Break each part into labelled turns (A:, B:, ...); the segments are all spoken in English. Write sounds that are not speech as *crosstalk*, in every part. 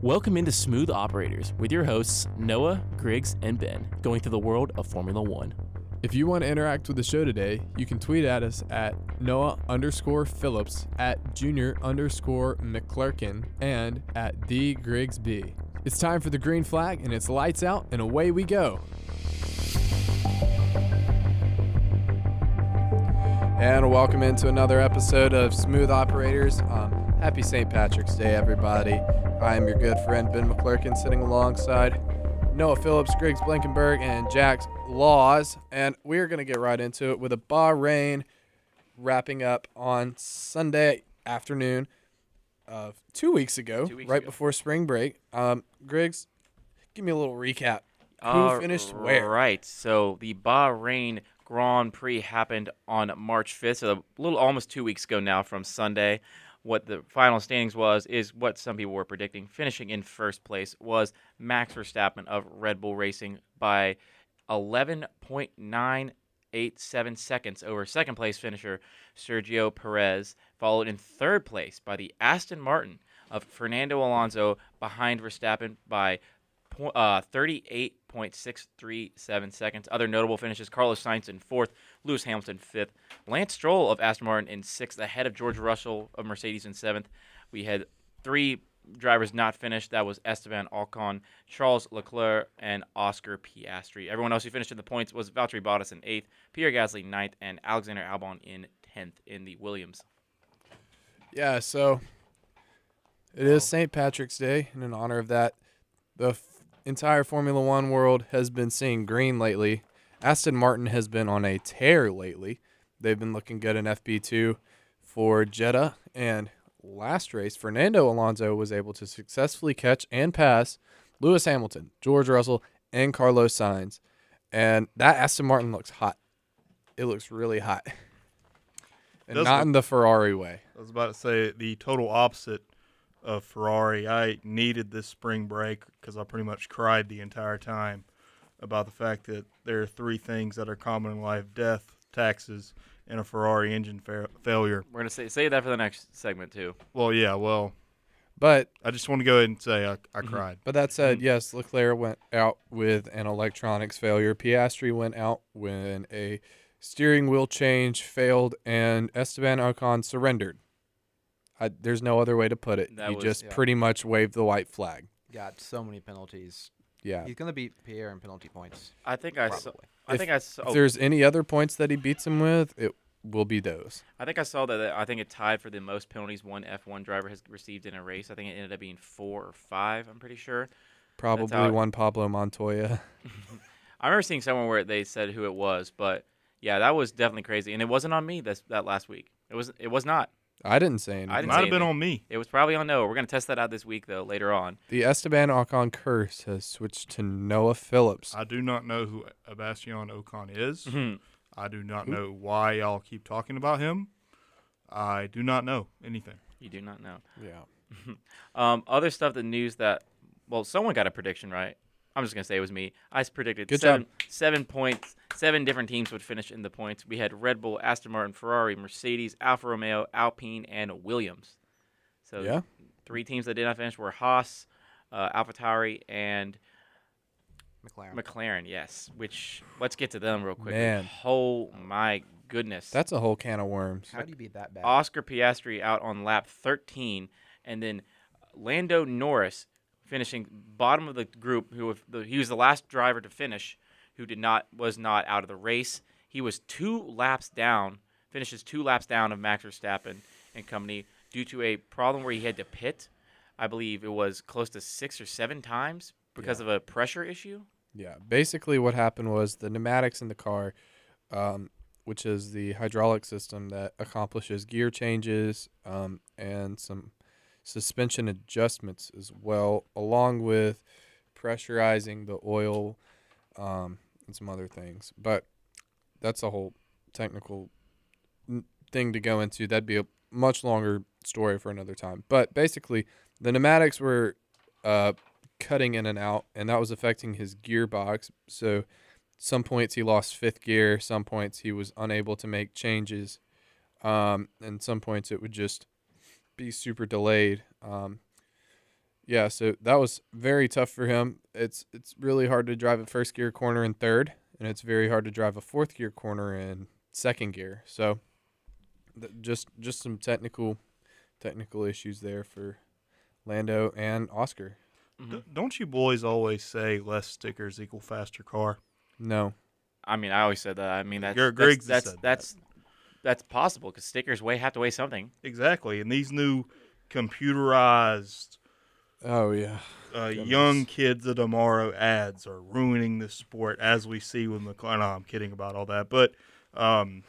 A: Welcome into Smooth Operators with your hosts, Noah, Griggs, and Ben, going through the world of Formula One.
B: If you want to interact with the show today, you can tweet at us at Noah underscore Phillips, at Junior underscore McClurkin, and at D Griggs B. It's time for the green flag, and it's lights out, and away we go. And welcome into another episode of Smooth Operators. Um, happy St. Patrick's Day, everybody. I am your good friend Ben McClurkin, sitting alongside Noah Phillips, Griggs Blankenberg, and Jax Laws. And we're going to get right into it with a Bahrain wrapping up on Sunday afternoon of two weeks ago,
C: Two weeks
B: right
C: ago.
B: before spring break. Um, Griggs, give me a little recap. Who
C: All
B: finished where?
C: Right. So the Bahrain Grand Prix happened on March 5th, so a little almost two weeks ago now from Sunday. What the final standings was is what some people were predicting. Finishing in first place was Max Verstappen of Red Bull Racing by 11.987 seconds over second place finisher Sergio Perez, followed in third place by the Aston Martin of Fernando Alonso behind Verstappen by po- uh, 38.637 seconds. Other notable finishes Carlos Sainz in fourth, Lewis Hamilton fifth, Lance Stroll of Aston Martin in sixth, ahead of George Russell of Mercedes in seventh. We had three drivers not finished. That was Esteban Alcon, Charles Leclerc, and Oscar Piastri. Everyone else who finished in the points was Valtteri Bottas in eighth, Pierre Gasly ninth, and Alexander Albon in tenth in the Williams.
B: Yeah, so it is St. Patrick's Day, and in honor of that, the f- entire Formula One world has been seeing green lately. Aston Martin has been on a tear lately. They've been looking good in FP2 for Jeddah, and last race, Fernando Alonso was able to successfully catch and pass Lewis Hamilton, George Russell, and Carlos Sainz. And that Aston Martin looks hot. It looks really hot. And
D: Does
B: not
D: look-
B: in the Ferrari way.
D: I was about to say the total opposite of Ferrari. I needed this spring break because I pretty much cried the entire time about the fact that there are three things that are common in life death, taxes, and a Ferrari engine fa- failure.
C: We're going to say, save that for the next segment, too.
D: Well, yeah, well,
B: But
D: I just want to go ahead and say I,
C: Mm-hmm.
D: I cried.
B: But that
C: Mm.
B: said, yes, Leclerc went out with an electronics failure. Piastri went out when a steering wheel change failed, and Esteban Ocon surrendered. I, there's no other way to put it.
C: That
B: he
C: was-
B: just
E: yeah.
B: pretty much waved the white flag.
E: got so many penalties.
B: Yeah.
E: He's gonna beat Pierre in penalty points.
C: I think I saw.
E: Probably.
C: I
B: If-
C: think I saw. oh,
B: If there's any other points that he beats him with, it will be those.
C: I think I saw that- that. I think it tied for the most penalties one F1 driver has received in a race. I think it ended up being four or five. I'm pretty sure. how
B: Probably
C: it-
B: one Pablo Montoya. *laughs*
C: I remember seeing someone where they said who it was, but yeah, that was definitely crazy, and it wasn't on me this, that last week. It was. It was not.
B: I didn't say anything.
C: I didn't
D: Might
C: say
D: have been
C: anything.
D: on me.
C: It was probably on Noah. We're gonna test that out this week though. Later on,
B: the Esteban Ocon curse has switched to Noah Phillips.
D: I do not know who Sebastian Ocon is.
C: Mhm.
D: I do not know why y'all keep talking about him. I do not know anything.
C: you do not know.
B: yeah.
C: Um, other stuff. The news that well, someone got a prediction right. I'm just gonna say it was me. I s- predicted
B: Good
C: seven,
B: job.
C: seven points. Seven different teams would finish in the points. We had Red Bull, Aston Martin, Ferrari, Mercedes, Alfa Romeo, Alpine, and Williams. So
B: Yeah.
C: three teams that did not finish were Haas, uh, AlphaTauri, and
E: McLaren.
C: McLaren. Yes, which let's get to them real quick.
B: Man.
C: Oh my goodness!
B: That's a whole can of worms.
E: How do you beat that bad?
C: Oscar Piastri out on lap 13, and then Lando Norris finishing bottom of the group. Who if the, he was the last driver to finish, who did not was not out of the race. He was two laps down, finishes two laps down of Max Verstappen and company due to a problem where he had to pit. I believe it was close to six or seven times because of a pressure issue.
B: Yeah, basically what happened was the pneumatics in the car, um, which is the hydraulic system that accomplishes gear changes um, and some suspension adjustments as well, along with pressurizing the oil um, and some other things. But that's a whole technical n- thing to go into. That'd be a much longer story for another time. But basically, the pneumatics were uh, cutting in and out, and that was affecting his gearbox. So, some points he lost fifth gear, some points he was unable to make changes, um, and some points it would just be super delayed. Um, Yeah, so that was very tough for him. It's it's really hard to drive a first gear corner in third, and it's very hard to drive a fourth gear corner in second gear. So th- just just some technical technical issues there for Lando and Oscar.
C: Mhm.
D: D- don't you boys always say less stickers equal faster car?
B: No.
C: I mean, I always said that. I mean, that's
D: Gr-
C: that's
D: Griggs has
C: that's
D: said that.
C: that's, that's possible because stickers weigh have to weigh something.
D: Exactly. And these new computerized
B: Oh yeah.
D: uh,
B: Goodness.
D: young kids of tomorrow ads are ruining the sport as we see with McLaren. No, I'm kidding about all that, but *laughs* um,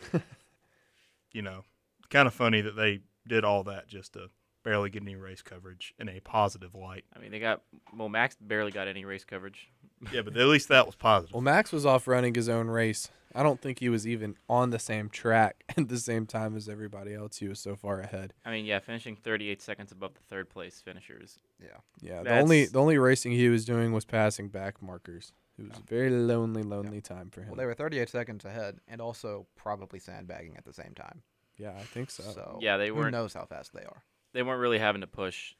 D: you know, kind of funny that they did all that just to barely get any race coverage in a positive *laughs* light.
C: I mean, they got well, Max barely got any race coverage.
D: Yeah, but at least that was positive.
B: Well, Max was off running his own race. I don't think he was even on the same track *laughs* at the same time as everybody else. He was so far ahead.
C: I mean, yeah, finishing 38 seconds above the third place finishers.
B: Yeah, the only
C: That's-
B: the only racing he was doing was passing back markers. It was a very lonely, lonely time for him.
E: Well, they were 38 seconds ahead, and also probably sandbagging at the same time.
B: yeah, I think so.
E: So
C: yeah, they
E: who
C: weren't-
E: knows how fast they are.
C: They weren't really having to push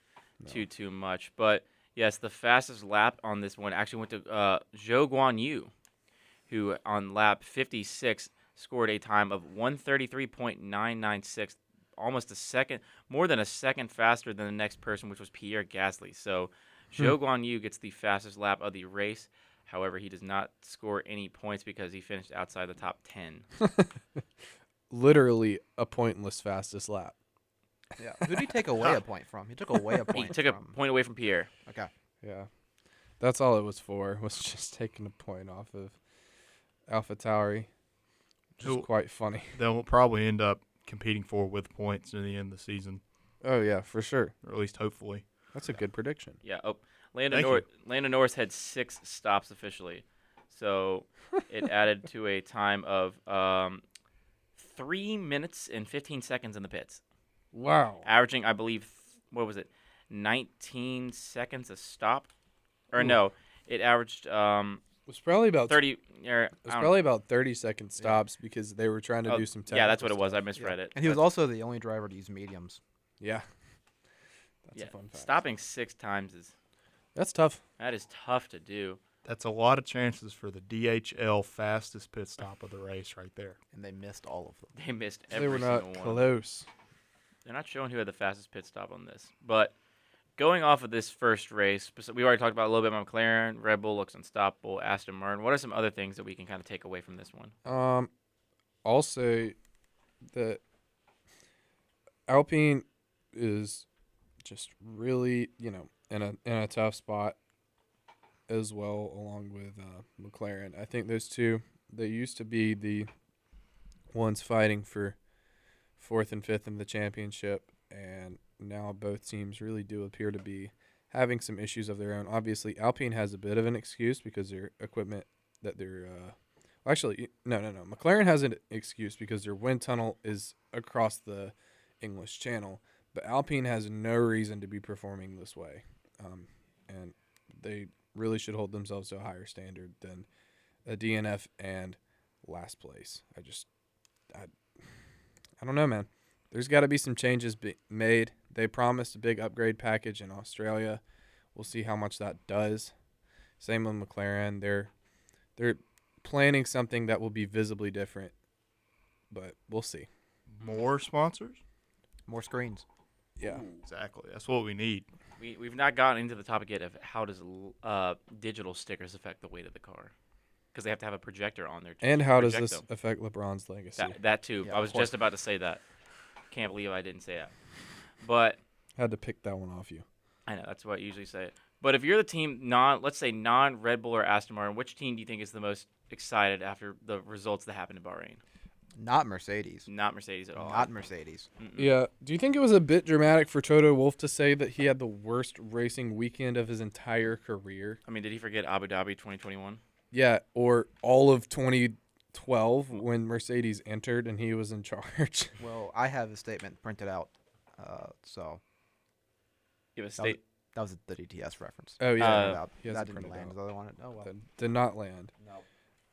C: too too much, but yes, the fastest lap on this one actually went to uh, Zhou Guan Yu, who on lap 56 scored a time of 133.996, almost a second, more than a second faster than the next person, which was Pierre Gasly. So
E: Hmm.
C: Zhou Guan Yu gets the fastest lap of the race. However, he does not score any points because he finished outside the top 10.
B: Literally a pointless fastest lap.
E: Yeah. Who did he
C: *laughs*
E: take away a point from? He took away a
C: he
E: point.
C: took a
E: from-
C: point away from Pierre.
E: Okay.
B: Yeah, that's all it was for. *laughs* Was just taking a point off of Alpha Tauri. Which is
D: Who-
B: quite funny. *laughs*
D: They'll probably end up competing for with points in the end of the season,
B: Oh yeah, for sure.
D: or at least hopefully.
B: That's a good prediction.
C: Yeah. Oh, Lando
D: Thank
C: Norris. Lando Norris had six stops officially, so
B: *laughs*
C: it added to a time of um, three minutes and fifteen seconds in the pits,
B: Wow.
C: averaging, I believe, th- what was it, nineteen seconds a stop,
B: Hmm.
C: or no, it averaged um,
B: It was probably about
C: thirty. Or,
B: It
C: I
B: was
C: don't-
B: probably about thirty second stops because they were trying to
C: oh,
B: do some.
C: yeah, that's what
B: technical
C: it was. I
E: Yeah.
C: misread it.
E: And he was
C: That's-
E: also the only driver to use mediums.
B: Yeah. That's
C: yeah,
B: a fun fact.
C: stopping six times is
B: That's tough.
C: that is tough to do. *laughs*
D: That's a lot of chances for the DHL fastest pit stop of the race right there.
E: and they missed all
C: *laughs*
E: of them.
C: They missed
B: they
C: every
B: were
C: single
B: not
C: one.
B: close.
C: They're not showing who had the fastest pit stop on this. But going off of this first race, bes- we already talked about a little bit about McLaren. Red Bull looks unstoppable. Aston Martin. What are some other things that we can kind of take away from this one?
B: Um, also, the Alpine is just really, you know, in a in a tough spot as well, along with uh, McLaren. I think those two they used to be the ones fighting for fourth and fifth in the championship, and now both teams really do appear to be having some issues of their own. Obviously, Alpine has a bit of an excuse because their equipment that they're uh, well, Actually, y- no, no, no. McLaren has an excuse because their wind tunnel is across the English Channel, but Alpine has no reason to be performing this way, um, and they really should hold themselves to a higher standard than a DNF and last place. I just, I, I don't know, man. There's got to be some changes be- made. They promised a big upgrade package in Australia. We'll see how much that does. Same with McLaren. They're they're planning something that will be visibly different, but we'll see.
D: More sponsors?
E: More screens.
B: Yeah.
D: Mm. Exactly. That's what we need.
C: We, we've not gotten into the topic yet of how does l- uh, digital stickers affect the weight of the car? Because they have to have a projector on there. to
B: And how does
C: project
B: this
C: them.
B: affect LeBron's legacy?
C: That, that too.
E: Yeah,
C: I
E: of
C: was
E: course.
C: just about to say that. Can't believe I didn't say that. But
B: Had to pick that one off you.
C: I know that's what I usually say. But if you're the team non, let's say non Red Bull or Aston Martin, which team do you think is the most excited after the results that happened in Bahrain?
E: Not Mercedes.
C: Not Mercedes at all.
E: Not Mercedes.
B: Yeah. Do you think it was a bit dramatic for Toto Wolf to say that he had the worst racing weekend of his entire career?
C: I mean, did he forget Abu Dhabi 2021?
B: Yeah, or all of 2012 when Mercedes entered and he was in charge. *laughs*
E: Well, I have a statement printed out. Uh, so
C: Give a
E: that was,
C: state.
E: that was the DTS reference.
B: Oh yeah.
C: Uh,
E: About-
B: he has
E: that
B: it
E: didn't
B: printed
E: land
B: out.
E: as I wanted. Oh well.
B: that did not land.
E: No.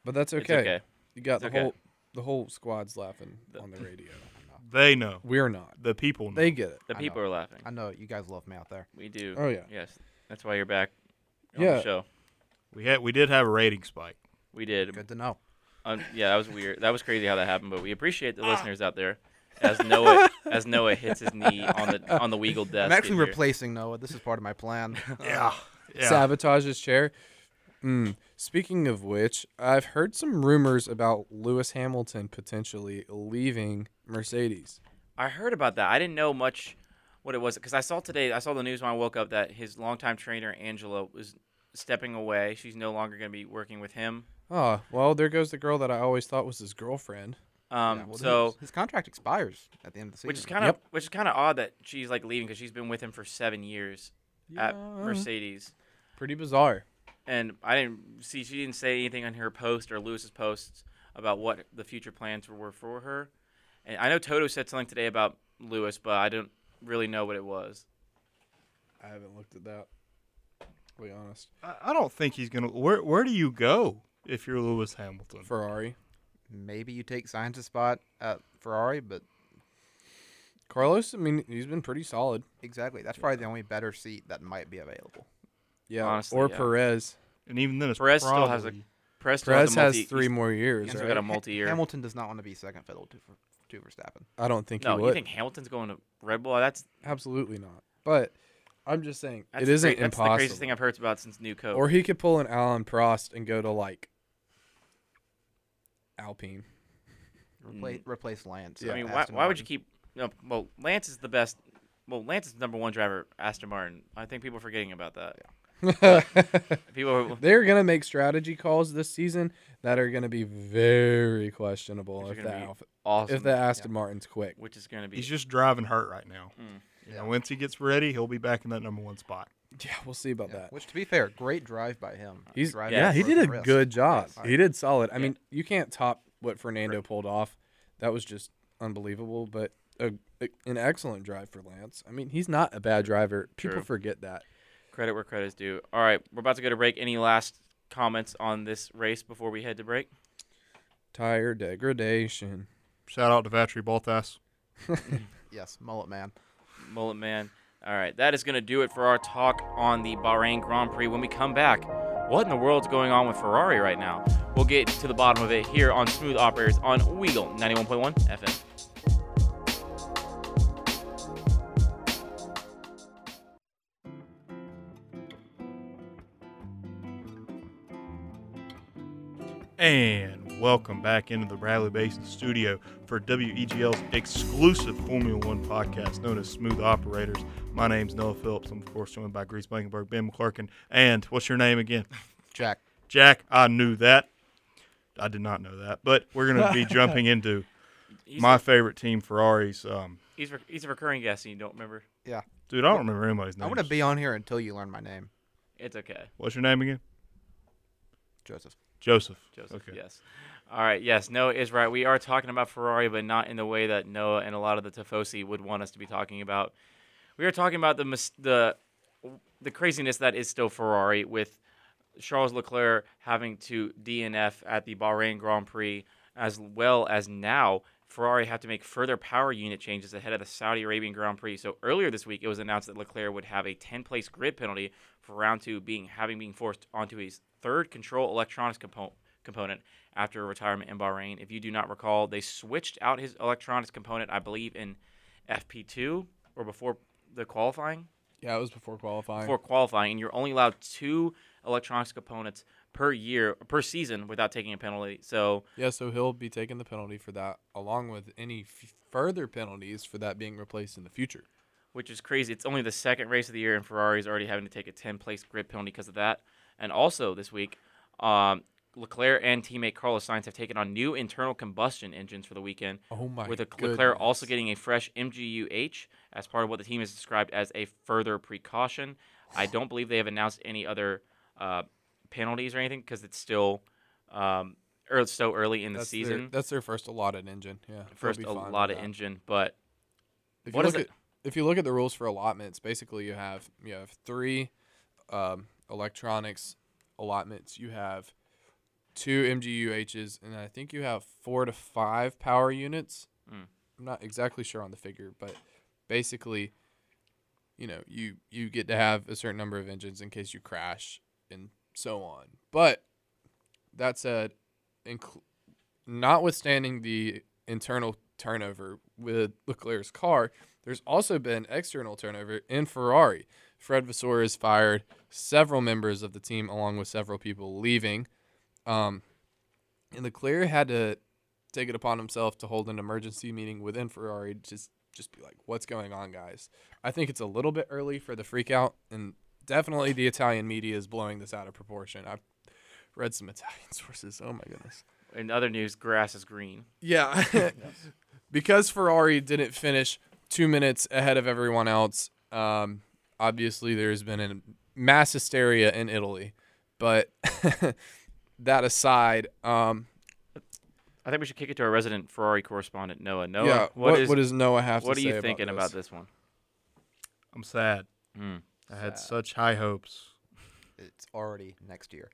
B: But that's
C: It's
B: okay.
C: okay.
B: You got
C: It's
B: the
C: okay.
B: whole the whole squad's laughing on
C: *laughs*
B: the radio.
D: They know.
B: We're not.
D: The people know.
B: They get it.
C: The
E: I
C: people
E: know.
C: are laughing.
E: I know you guys love me out there.
C: We do.
B: Oh, yeah.
C: Yes. That's why you're back on
B: Yeah.
C: the show.
D: We had we did have a rating spike.
C: We did.
E: Good to know.
C: Um, yeah, that was weird. That was crazy how that happened, but we appreciate the listeners out there. As Noah as Noah hits his knee on the on the
E: *laughs*
C: Weagle desk.
E: I'm actually
C: in here.
E: replacing Noah. This is part of
C: *laughs*
E: my plan. Uh,
D: Yeah. Yeah.
B: Sabotage his chair. Mm. Speaking of which, I've heard some rumors about Lewis Hamilton potentially leaving Mercedes.
C: I heard about that. I didn't know much what it was because I saw today. I saw the news when I woke up that his longtime trainer Angela was stepping away. She's no longer going to be working with him.
B: Oh, well, there goes the girl that I always thought was his girlfriend.
C: Um,
E: Yeah, well,
C: so
E: his, his contract expires at the end of the season.
C: which is kind of which is kind of odd that she's like leaving because she's been with him for seven years at
B: Yeah.
C: Mercedes.
B: Pretty bizarre.
C: and I didn't see she didn't say anything on her post or Lewis's posts about what the future plans were for her. And I know Toto said something today about Lewis, but I don't really know what it was.
B: I haven't looked at that. To be honest,
D: I- I don't think he's gonna. Where Where do you go if you're Lewis Hamilton?
B: Ferrari.
E: Maybe you take Science's spot at Ferrari, but
B: Carlos, I mean, he's been pretty solid.
E: exactly. That's probably the only better seat that might be available.
B: Yeah.
C: Honestly,
B: or
C: yeah.
B: Perez.
D: and even then, it's
C: Perez still has a-
D: probably-
C: Perez, still
B: Perez
C: has, a multi,
B: has three
C: he's-
B: more years.
C: he's
B: Right?
C: got a
E: Ha-
C: multi-year.
E: Hamilton does not want to be second fiddle to, Ver- to Verstappen.
B: I don't think
C: No,
B: he
C: you
B: would.
C: think Hamilton's going to Red Bull? That's,
B: Absolutely not. But I'm just saying
C: that's
B: it
C: the
B: isn't
C: cra- that's
B: impossible.
C: the craziest thing I've heard about since new coach.
B: Or he could pull an Alan Prost and go to like Alpine. *laughs*
E: Replace, replace Lance.
C: Mm. I
E: at
C: mean, why,
E: Aston
C: why would you
E: Martin.
C: keep? No, well, Lance is the best. Well, Lance is the number one driver at Aston Martin. I think people are forgetting about that. People
B: *laughs*
C: are,
B: They're gonna make strategy calls this season that are gonna be very questionable
C: Which are
B: if the
C: gonna be
B: Alf-
C: awesome,
B: if the Aston Martin's quick.
C: which is going to be
D: He's just driving hurt right now.
C: Mm.
D: You know, once he gets ready, he'll be back in that number one spot.
B: Yeah, we'll see about
E: Yeah,
B: that.
E: Which, to be fair, great drive by him.
B: He's
E: Driving
B: yeah,
E: with
B: he did
E: broken
B: a
E: wrist.
B: good job.
E: Yes.
B: He did solid. I
C: Yeah.
B: mean, you can't top what Fernando pulled off. That was just unbelievable. But a, a- an excellent drive for Lance. I mean, he's not a bad driver. People
C: True.
B: forget that.
C: Credit where credit is due. All right, we're about to go to break. Any last comments on this race before we head to break?
B: Tire degradation.
D: Shout out to Valtteri Bottas.
E: Yes, mullet man.
C: Mullet man. All right, that is going to do it for our talk on the Bahrain Grand Prix. When we come back, what in the world's going on with Ferrari right now? We'll get to the bottom of it here on Smooth Operators on Weagle 91.1 FM.
D: And welcome back into the Bradley Basin studio for WEGL's exclusive Formula One podcast known as Smooth Operators. My name's Noah Phillips. I'm, of course, joined by Grease Blankenberg, Ben McClarkin, and what's your name again?
E: Jack.
D: Jack. I knew that. I did not know that, but we're going to be jumping
E: *laughs*
D: into
C: He's,
D: my favorite team, Ferrari's. Um,
C: he's, re- he's a recurring guest, and you don't remember.
E: Yeah.
D: dude, I don't remember anybody's name.
E: I want to be on here until you learn my name,
C: It's okay,
D: What's your name again?
E: Joseph.
D: Joseph.
C: Joseph. Yes. All right. Yes, Noah is right. We are talking about Ferrari, but not in the way that Noah and a lot of the Tifosi would want us to be talking about. We are talking about the mis- the the craziness that is still Ferrari with Charles Leclerc having to DNF at the Bahrain Grand Prix, as well as now Ferrari have to make further power unit changes ahead of the Saudi Arabian Grand Prix. So earlier this week, it was announced that Leclerc would have a 10-place grid penalty for round two, being having being forced onto his third control electronics component component after retirement in Bahrain. If you do not recall, they switched out his electronics component, I believe, in FP2 or before the qualifying
B: Yeah, it was before qualifying.
C: before qualifying, and you're only allowed two electronics components per year per season without taking a penalty. So
B: Yeah, so he'll be taking the penalty for that, along with any f- further penalties for that being replaced in the future.
C: which is crazy. It's only the second race of the year, and Ferrari's already having to take a 10 place grid penalty because of that. And also this week, um, Leclerc and teammate Carlos Sainz have taken on new internal combustion engines for the weekend.
B: Oh my
C: With a,
B: goodness.
C: Leclerc also getting a fresh MGUH as part of what the team has described as a further precaution. I don't believe they have announced any other uh, penalties or anything because it's still um, ear- so early in the
B: that's
C: season.
B: Their, that's their first allotted engine. Yeah, they'll
C: First,
B: be
C: a
B: fine with
C: lot of
B: that.
C: engine, but
B: If
C: What
B: you
C: is
B: look
C: it?
B: At, if you look at the rules for allotments, basically you have you have three um, electronics allotments. You have two MGUHs, and I think you have four to five power units.
C: Mm.
B: I'm not exactly sure on the figure, but basically you know you you get to have a certain number of engines in case you crash and so on. But that said, incl- notwithstanding the internal turnover with Leclerc's car, there's also been external turnover in Ferrari. Fred Vassour has fired several members of the team, along with several people leaving. Um, and Leclerc had to take it upon himself to hold an emergency meeting within Ferrari to just just be like, "What's going on, guys?" I think it's a little bit early for the freak out, and definitely the Italian media is blowing this out of proportion. I've read some Italian *laughs* sources. Oh my goodness.
C: In other news, grass is green.
B: Yeah. *laughs* because Ferrari didn't finish two minutes ahead of everyone else, um, obviously there's been a mass hysteria in Italy. But *laughs* that aside, um,
C: I think we should kick it to our resident Ferrari correspondent Noah. Noah,
B: yeah,
C: what,
B: what,
C: is,
B: what does Noah have
C: what
B: to
C: are
B: say
C: you thinking
B: about
C: about
B: this?
C: this, one? *laughs*
D: I'm sad.
C: Mm.
D: I had
E: Hmm. Sad.
D: such high hopes.
E: It's already next year.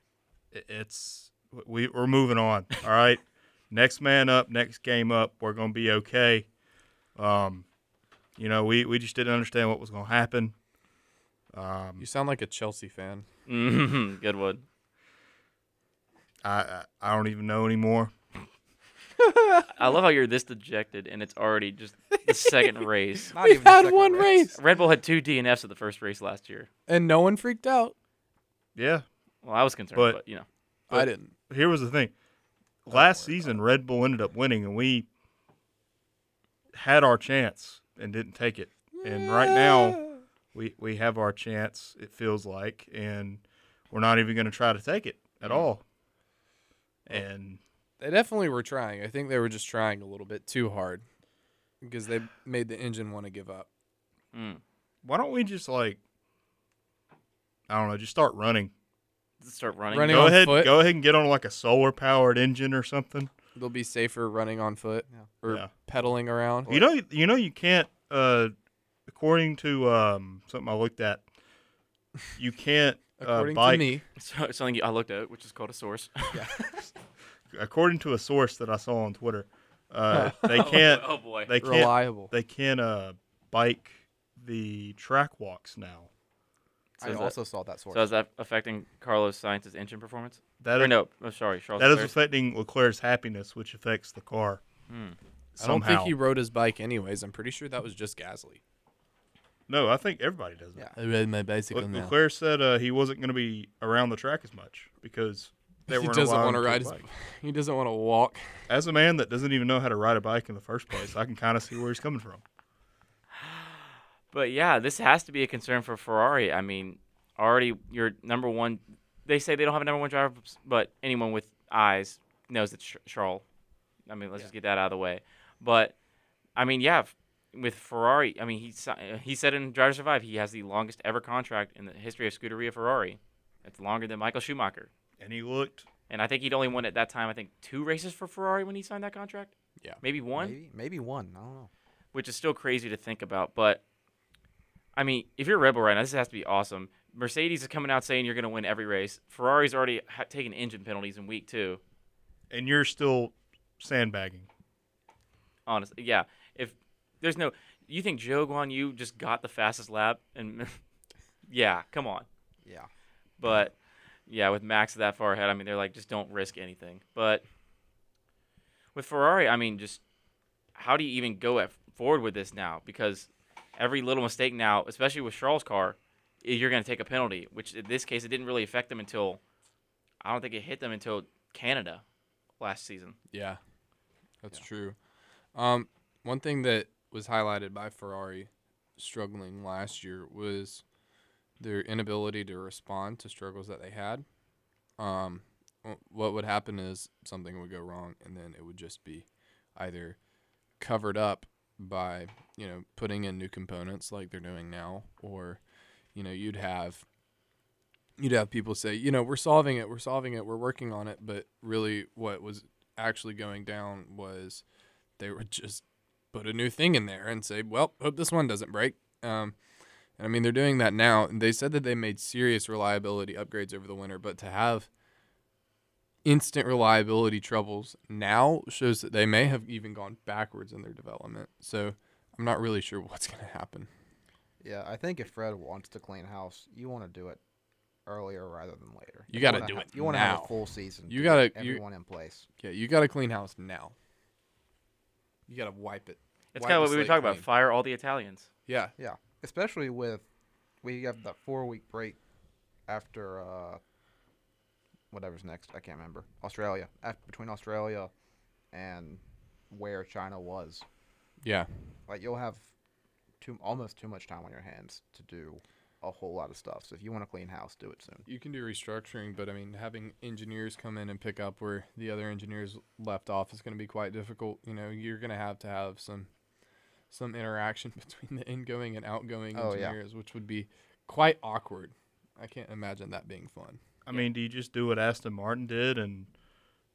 D: I- It's we we're moving on. All right, *laughs* next man up, next game up. We're gonna be okay. Um, you know, we we just didn't understand what was gonna happen. Um,
B: You sound like a Chelsea fan.
C: Mhm, Good one.
D: I I, I don't even know anymore.
C: I love how you're this dejected and it's already just
B: *laughs*
C: the second race.
E: Not
B: We've
E: the
B: had
E: second
B: one
C: Red Bull had two DNFs at the first race last year.
B: And no one freaked out.
D: Yeah,
C: Well, I was concerned, but,
D: But-
C: you know,
B: I
D: But-
B: didn't.
D: here was the thing. Last
E: worry about
D: season, Red Bull ended up winning, and we had our chance and didn't take it. And right now, we we have our chance. It feels like, and we're not even going to try to take it at all. And
B: They definitely were trying. I think they were just trying a little bit too hard because they made the engine want to give up.
C: mm.
D: why don't we just like, I don't know, just start running.
C: Let's start running.
B: Running-
D: go
B: on
D: ahead,
B: foot?
D: go ahead and get on like a solar powered engine or something.
B: They'll be safer running on foot
E: Yeah.
B: or
D: Yeah.
B: pedaling around.
D: You know, you know, you can't. Uh, according to um, something I looked at,
B: *laughs*
D: you can't. Uh,
B: According to
D: bike,
B: me,
C: *laughs* So, something I looked at, which is called a source.
D: according to a source that I saw on Twitter, uh,
B: *laughs*
D: they can't.
C: *laughs* oh, boy.
D: They can't.
B: reliable.
D: They can uh, bike the track walks now.
C: So
E: I
C: is that-
E: also saw that source.
C: so is that affecting Carlos Sainz's engine performance?
D: That
C: Or no, oh, sorry, Charles.
D: that is
C: Leclerc's.
D: affecting Leclerc's happiness, which affects the car.
C: Hmm.
B: I don't think
D: somehow.
B: he rode his bike anyways. I'm pretty sure that was just Gasly.
D: No, I think everybody does
E: Yeah.
D: that.
A: I ride my bicycle
D: Le- Leclerc said uh, he wasn't going to be around the track as much because they
B: he
D: weren't
B: doesn't
D: allowing
B: want to
D: him
B: ride his.
D: bike.
B: He doesn't want to walk.
D: As a man that doesn't even know how to ride a bike in the first place, I can kind of see where he's coming from.
C: But yeah, this has to be a concern for Ferrari. I mean, already your number one. They say they don't have a number one driver, but anyone with eyes knows it's Ch- Charles. I mean, let's just get that out of the way. But I mean, yeah, f- with Ferrari, I mean, he si- uh, he said in Drive to Survive he has the longest ever contract in the history of Scuderia Ferrari. It's longer than Michael Schumacher,
D: And he looked.
C: and I think he'd only won at that time. I think two races for Ferrari when he signed that contract.
B: Yeah.
C: maybe one
E: Maybe, maybe one. I don't know.
C: which is still crazy to think about. But I mean, if you're a Rebel right now, this has to be awesome. Mercedes is coming out saying you're going to win every race. Ferrari's already ha- taken engine penalties in week two.
D: And you're still sandbagging.
C: Honestly, yeah. If there's no, you think Joe Guan Yu just got the fastest lap? And *laughs* yeah, come on.
E: Yeah.
C: But yeah, with Max that far ahead, I mean, they're like, just don't risk anything. But with Ferrari, I mean, just how do you even go at, forward with this now? Because every little mistake now, especially with Charles' car, i- you're going to take a penalty, which in this case, it didn't really affect them until, I don't think it hit them until Canada last season.
B: Yeah, that's true. Um, one thing that was highlighted by Ferrari struggling last year was their inability to respond to struggles that they had. Um, wh- what would happen is something would go wrong, and then it would just be either covered up by you know putting in new components like they're doing now, or you know you'd have you'd have people say you know we're solving it, we're solving it, we're working on it, but really what was actually going down was they would just put a new thing in there and say, "Well, hope this one doesn't break." Um, and I mean, they're doing that now. And they said that they made serious reliability upgrades over the winter, but to have instant reliability troubles now shows that they *laughs* may have even gone backwards in their development. So I'm not really sure what's going to happen.
E: Yeah, I think if Fred wants to clean house, you want to do it earlier rather than later.
B: You gotta
E: wanna
B: do
E: ha-
B: it
E: You wanna have
B: now.
E: a full season.
B: You
E: to
B: gotta-
E: get
B: you-
E: everyone in place.
B: Yeah, you got to clean house now. You got to wipe it.
C: It's
B: Wipe
C: kind
B: the
C: of what we were
B: slate
C: talking about.
B: clean.
C: Fire all the Italians.
B: Yeah,
E: Yeah, especially with we have that four week break after uh, whatever's next. I can't remember Australia after between Australia and where China was.
B: yeah.
E: Like you'll have too almost too much time on your hands to do a whole lot of stuff. So if you want to clean house, do it soon.
B: You can do restructuring, but I mean, having engineers come in and pick up where the other engineers left off is going to be quite difficult. You know, you're going to have to have some some interaction *laughs* between the incoming and outgoing
E: Oh, yeah.
B: engineers, which would be quite awkward. I can't imagine that being fun.
D: I mean, do you just do what Aston Martin did and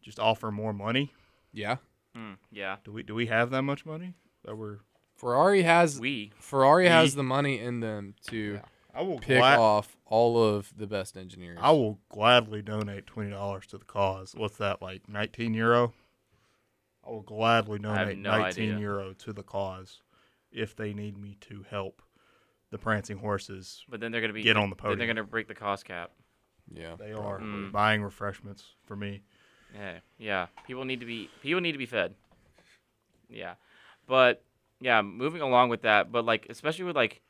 D: just offer more money?
B: Yeah,
C: Mm, yeah.
D: Do we do we have that much money that we're?
B: Ferrari has
C: We.
B: Ferrari has
D: We-
B: the money in them to
E: Yeah.
D: I will
B: pick
D: gla-
B: off all of the best engineers.
D: I will gladly donate twenty dollars to the cause. What's that like? Nineteen euro. I will gladly
C: have
D: donate
C: no
D: nineteen
C: idea.
D: euro to the cause if they need me to help the prancing horses.
C: But then they're gonna be
D: Get on the
C: Then they're
D: podium.
C: gonna break the cost cap.
B: yeah,
D: They are
C: Mm.
D: buying refreshments for me.
C: Yeah, yeah. People need to be people need to be fed. Yeah, but yeah, moving along with that, but like especially with like,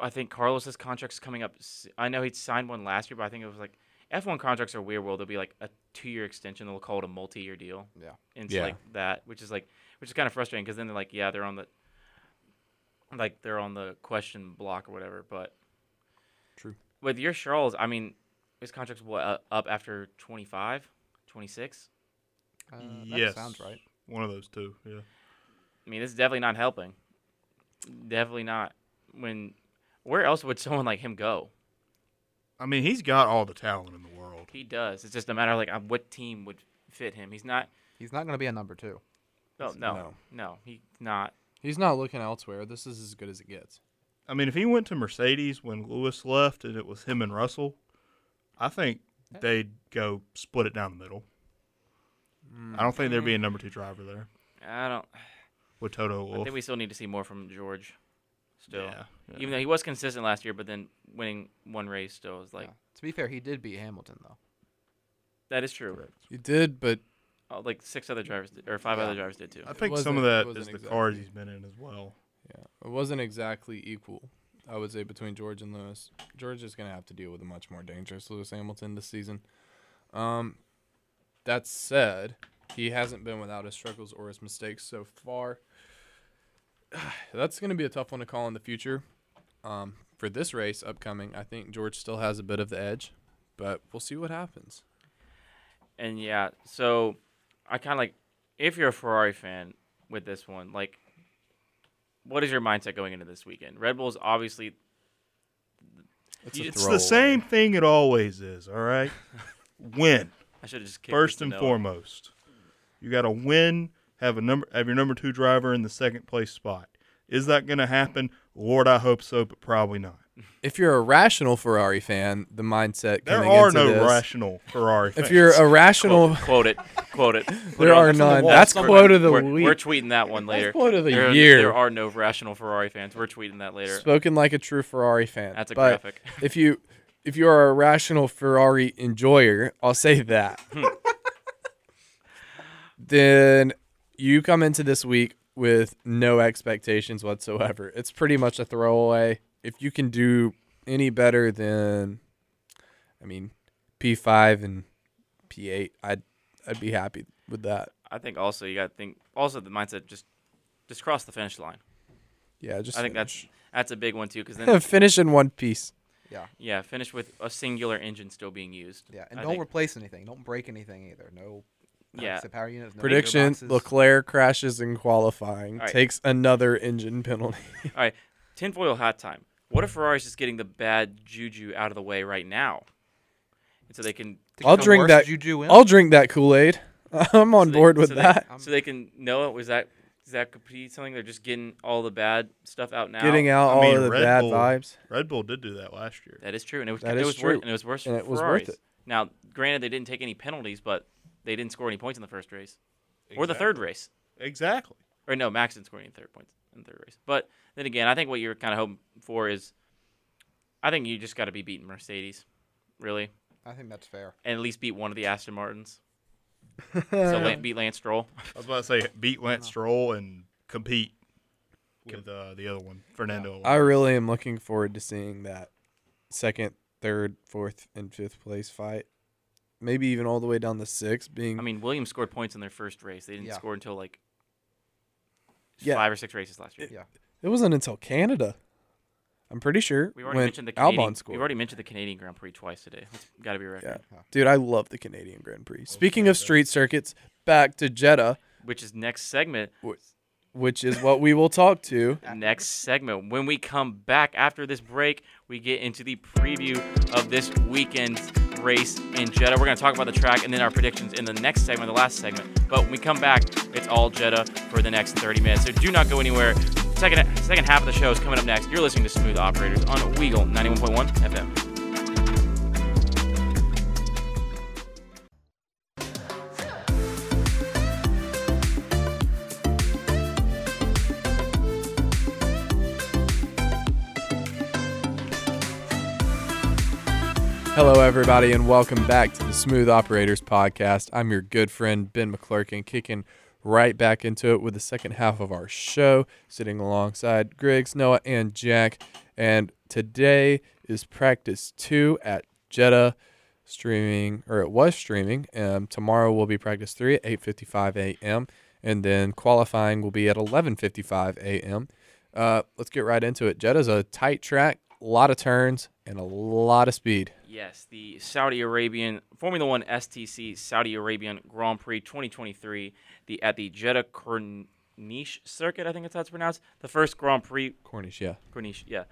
C: I think Carlos's contract's coming up. s- I know he signed one last year, but I think it was like F1 contracts are weird. Well, they'll be like a two-year extension. They'll call it a multi-year deal.
E: Yeah.
C: and it's
B: Yeah.
C: like that, which is like which is kind of frustrating because then they're like, yeah, they're on the like they're on the question block or whatever. But
B: True.
C: with your Charles, I mean, his contract's what uh, up after 25, 26?
E: Uh,
D: yes,
E: That sounds right.
D: One of those two. Yeah.
C: I mean, this is definitely not helping. Definitely not. When where else would someone like him go?
D: I mean, he's got all the talent in the world.
C: He does. It's just a matter of like uh, what team would fit him. He's not.
E: He's not going to be a number two.
C: No, no, no.
B: no.
C: he's not.
B: he's not looking elsewhere. This is as good as it gets.
D: I mean, if he went to Mercedes when Lewis left and it was him and Russell, I think they'd go split it down the middle.
E: Hmm.
D: I don't think there'd
C: Hmm.
D: be a number two driver there
C: I don't.
D: with Toto
C: I
D: Wolff.
C: think we still need to see more from George. Still,
D: Yeah, yeah.
C: even though he was consistent last year, but then winning one race still is like
E: Yeah. To be fair, he did beat Hamilton though.
C: that is true.
B: You did, but
C: Uh, like six other drivers did, or five
E: Yeah.
C: other drivers did too.
D: I think
B: wasn't-
D: some of
B: it
D: that is
B: wasn't
D: the
B: exactly-
D: cars he's been in as well.
B: Yeah, it wasn't exactly equal. I would say between George and Lewis. George is going to have to deal with a much more dangerous Lewis Hamilton this season. Um, that said, he hasn't been without his struggles or his mistakes so far. *sighs* That's going to be a tough one to call in the future. Um, for this race upcoming, I think George still has a bit of the edge, but we'll see what happens.
C: And yeah, so I kind of like if you're a Ferrari fan with this one, like what is your mindset going into this weekend? Red Bull's obviously
B: a
D: It's
B: throwaway.
D: the same thing it always is, all
C: *laughs*
D: right? win,
C: I should have just kicked
D: first
C: this to
D: and
C: Noah.
D: foremost. You got to win, have a number have your number 2 driver in the second place spot. Is that going to happen? Lord, I hope so, but probably not.
B: If you're a rational Ferrari fan, the mindset
D: There
B: coming
D: are
B: into
D: no
B: this-
D: rational Ferrari fans.
B: If you're a rational
C: Quote, quote it,
B: *laughs*
C: quote it. Put
B: There
C: it
B: are
C: on- it's on the
B: none.
C: wall
B: That's
C: somewhere.
B: quote of the
C: we're, We're
B: week.
C: tweeting that one later.
B: quote of the
C: there, are-
B: year.
C: There are no rational Ferrari fans. We're tweeting that later.
B: Spoken like a true Ferrari fan.
C: That's a
B: But
C: graphic. *laughs*
B: if you if you are a rational Ferrari enjoyer, I'll say
C: *laughs*
B: that.
C: Hmm.
B: then you come into this week with no expectations whatsoever. It's pretty much a throwaway. If you can do any better than I mean P5 and P8, I'd I'd be happy with that.
C: I think also you got to think also the mindset just just cross the finish line.
B: Yeah, just
C: I think that's that's a big one too because
B: *laughs*
C: then
B: that's finish in one piece.
E: Yeah,
C: Yeah, finish with a singular engine still being used.
E: yeah, and
C: I
E: don't
C: think-
E: replace anything. Don't break anything either. No. packs
C: Yeah.
E: of power units. No
B: Prediction:
E: boxes.
B: Leclerc crashes in qualifying,
C: All right.
B: takes another engine penalty.
C: All right, tinfoil hat time. What if Ferrari's just getting the bad juju out of the way right now, and so they can
E: To
B: I'll
E: get the
B: drink
E: worst
B: that-
E: Juju in.
B: I'll drink that Kool Aid. *laughs* I'm on
C: so they-
B: board with
C: so they-
B: that.
C: so they can know it was that is that could be something they're just getting all the bad stuff out now.
B: Getting out
D: I
B: all
D: mean,
B: of the
D: Red
B: bad
D: Bull- *laughs*
B: vibes.
D: Red Bull did do that last year.
C: That is true, and it was
B: That
C: it
B: is
C: was
B: true,
C: worth and it was worse
B: and
C: for
B: it was worth
C: Ferraris.
B: it.
C: Now, granted, they didn't take any penalties, but they didn't score any points in the first race or the
D: Exact-
C: third race.
D: Exactly.
C: Or no, Max didn't score any third points. in third race. But then again, I think what you're kind of hoping for is, I think you just got to be beating Mercedes, really,
E: I think that's fair.
C: and at least beat one of the Aston Martins. so Lan- beat Lance Stroll.
D: I was about to say
C: Uh-huh.
D: beat Lance Stroll and compete with uh, the other one, Fernando.
B: I really am looking forward to seeing that second, third, fourth, and fifth place fight. Maybe even all the way down to six being
C: I mean, Williams scored points in their first race. They didn't
E: Yeah.
C: score until like
B: Yeah.
C: five or six races last year.
E: Yeah.
B: it wasn't until Canada. I'm pretty sure
C: We've already
B: when
C: mentioned the Canadian.
B: Albon scored.
C: We've already mentioned the Canadian Grand Prix twice today. That's got to be a record.
B: yeah. Dude, I love the Canadian Grand Prix. Speaking of
D: Canada.
B: street circuits, back to Jeddah,
C: Which is next segment.
B: which is what we will talk to.
C: Next segment. When we come back after this break, we get into the preview of this weekend's race in Jeddah. We're going to talk about the track and then our predictions in the next segment, the last segment. But when we come back, it's all Jeddah for the next 30 minutes. So do not go anywhere. Second, second half of the show is coming up next. You're listening to Smooth Operators on Weagle 91.1 FM.
B: Hello, everybody, and welcome back to the Smooth Operators Podcast. I'm your good friend, Ben McClurkin, kicking right back into it with the second half of our show, sitting alongside Griggs, Noah, and Jack. And today is practice two at Jeddah, streaming, or it was streaming. Um, tomorrow will be practice three at 8.55 a.m., and then qualifying will be at 11.55 a.m. Uh, let's get right into it. Jeddah's a tight track, a lot of turns, and a lot of speed.
C: Yes, the Saudi Arabian Formula One STC Saudi Arabian Grand Prix 2023, the at the Jeddah Corniche Circuit, I think that's how it's pronounced. The first Grand Prix
B: Cornish, yeah.
C: Corniche, yeah.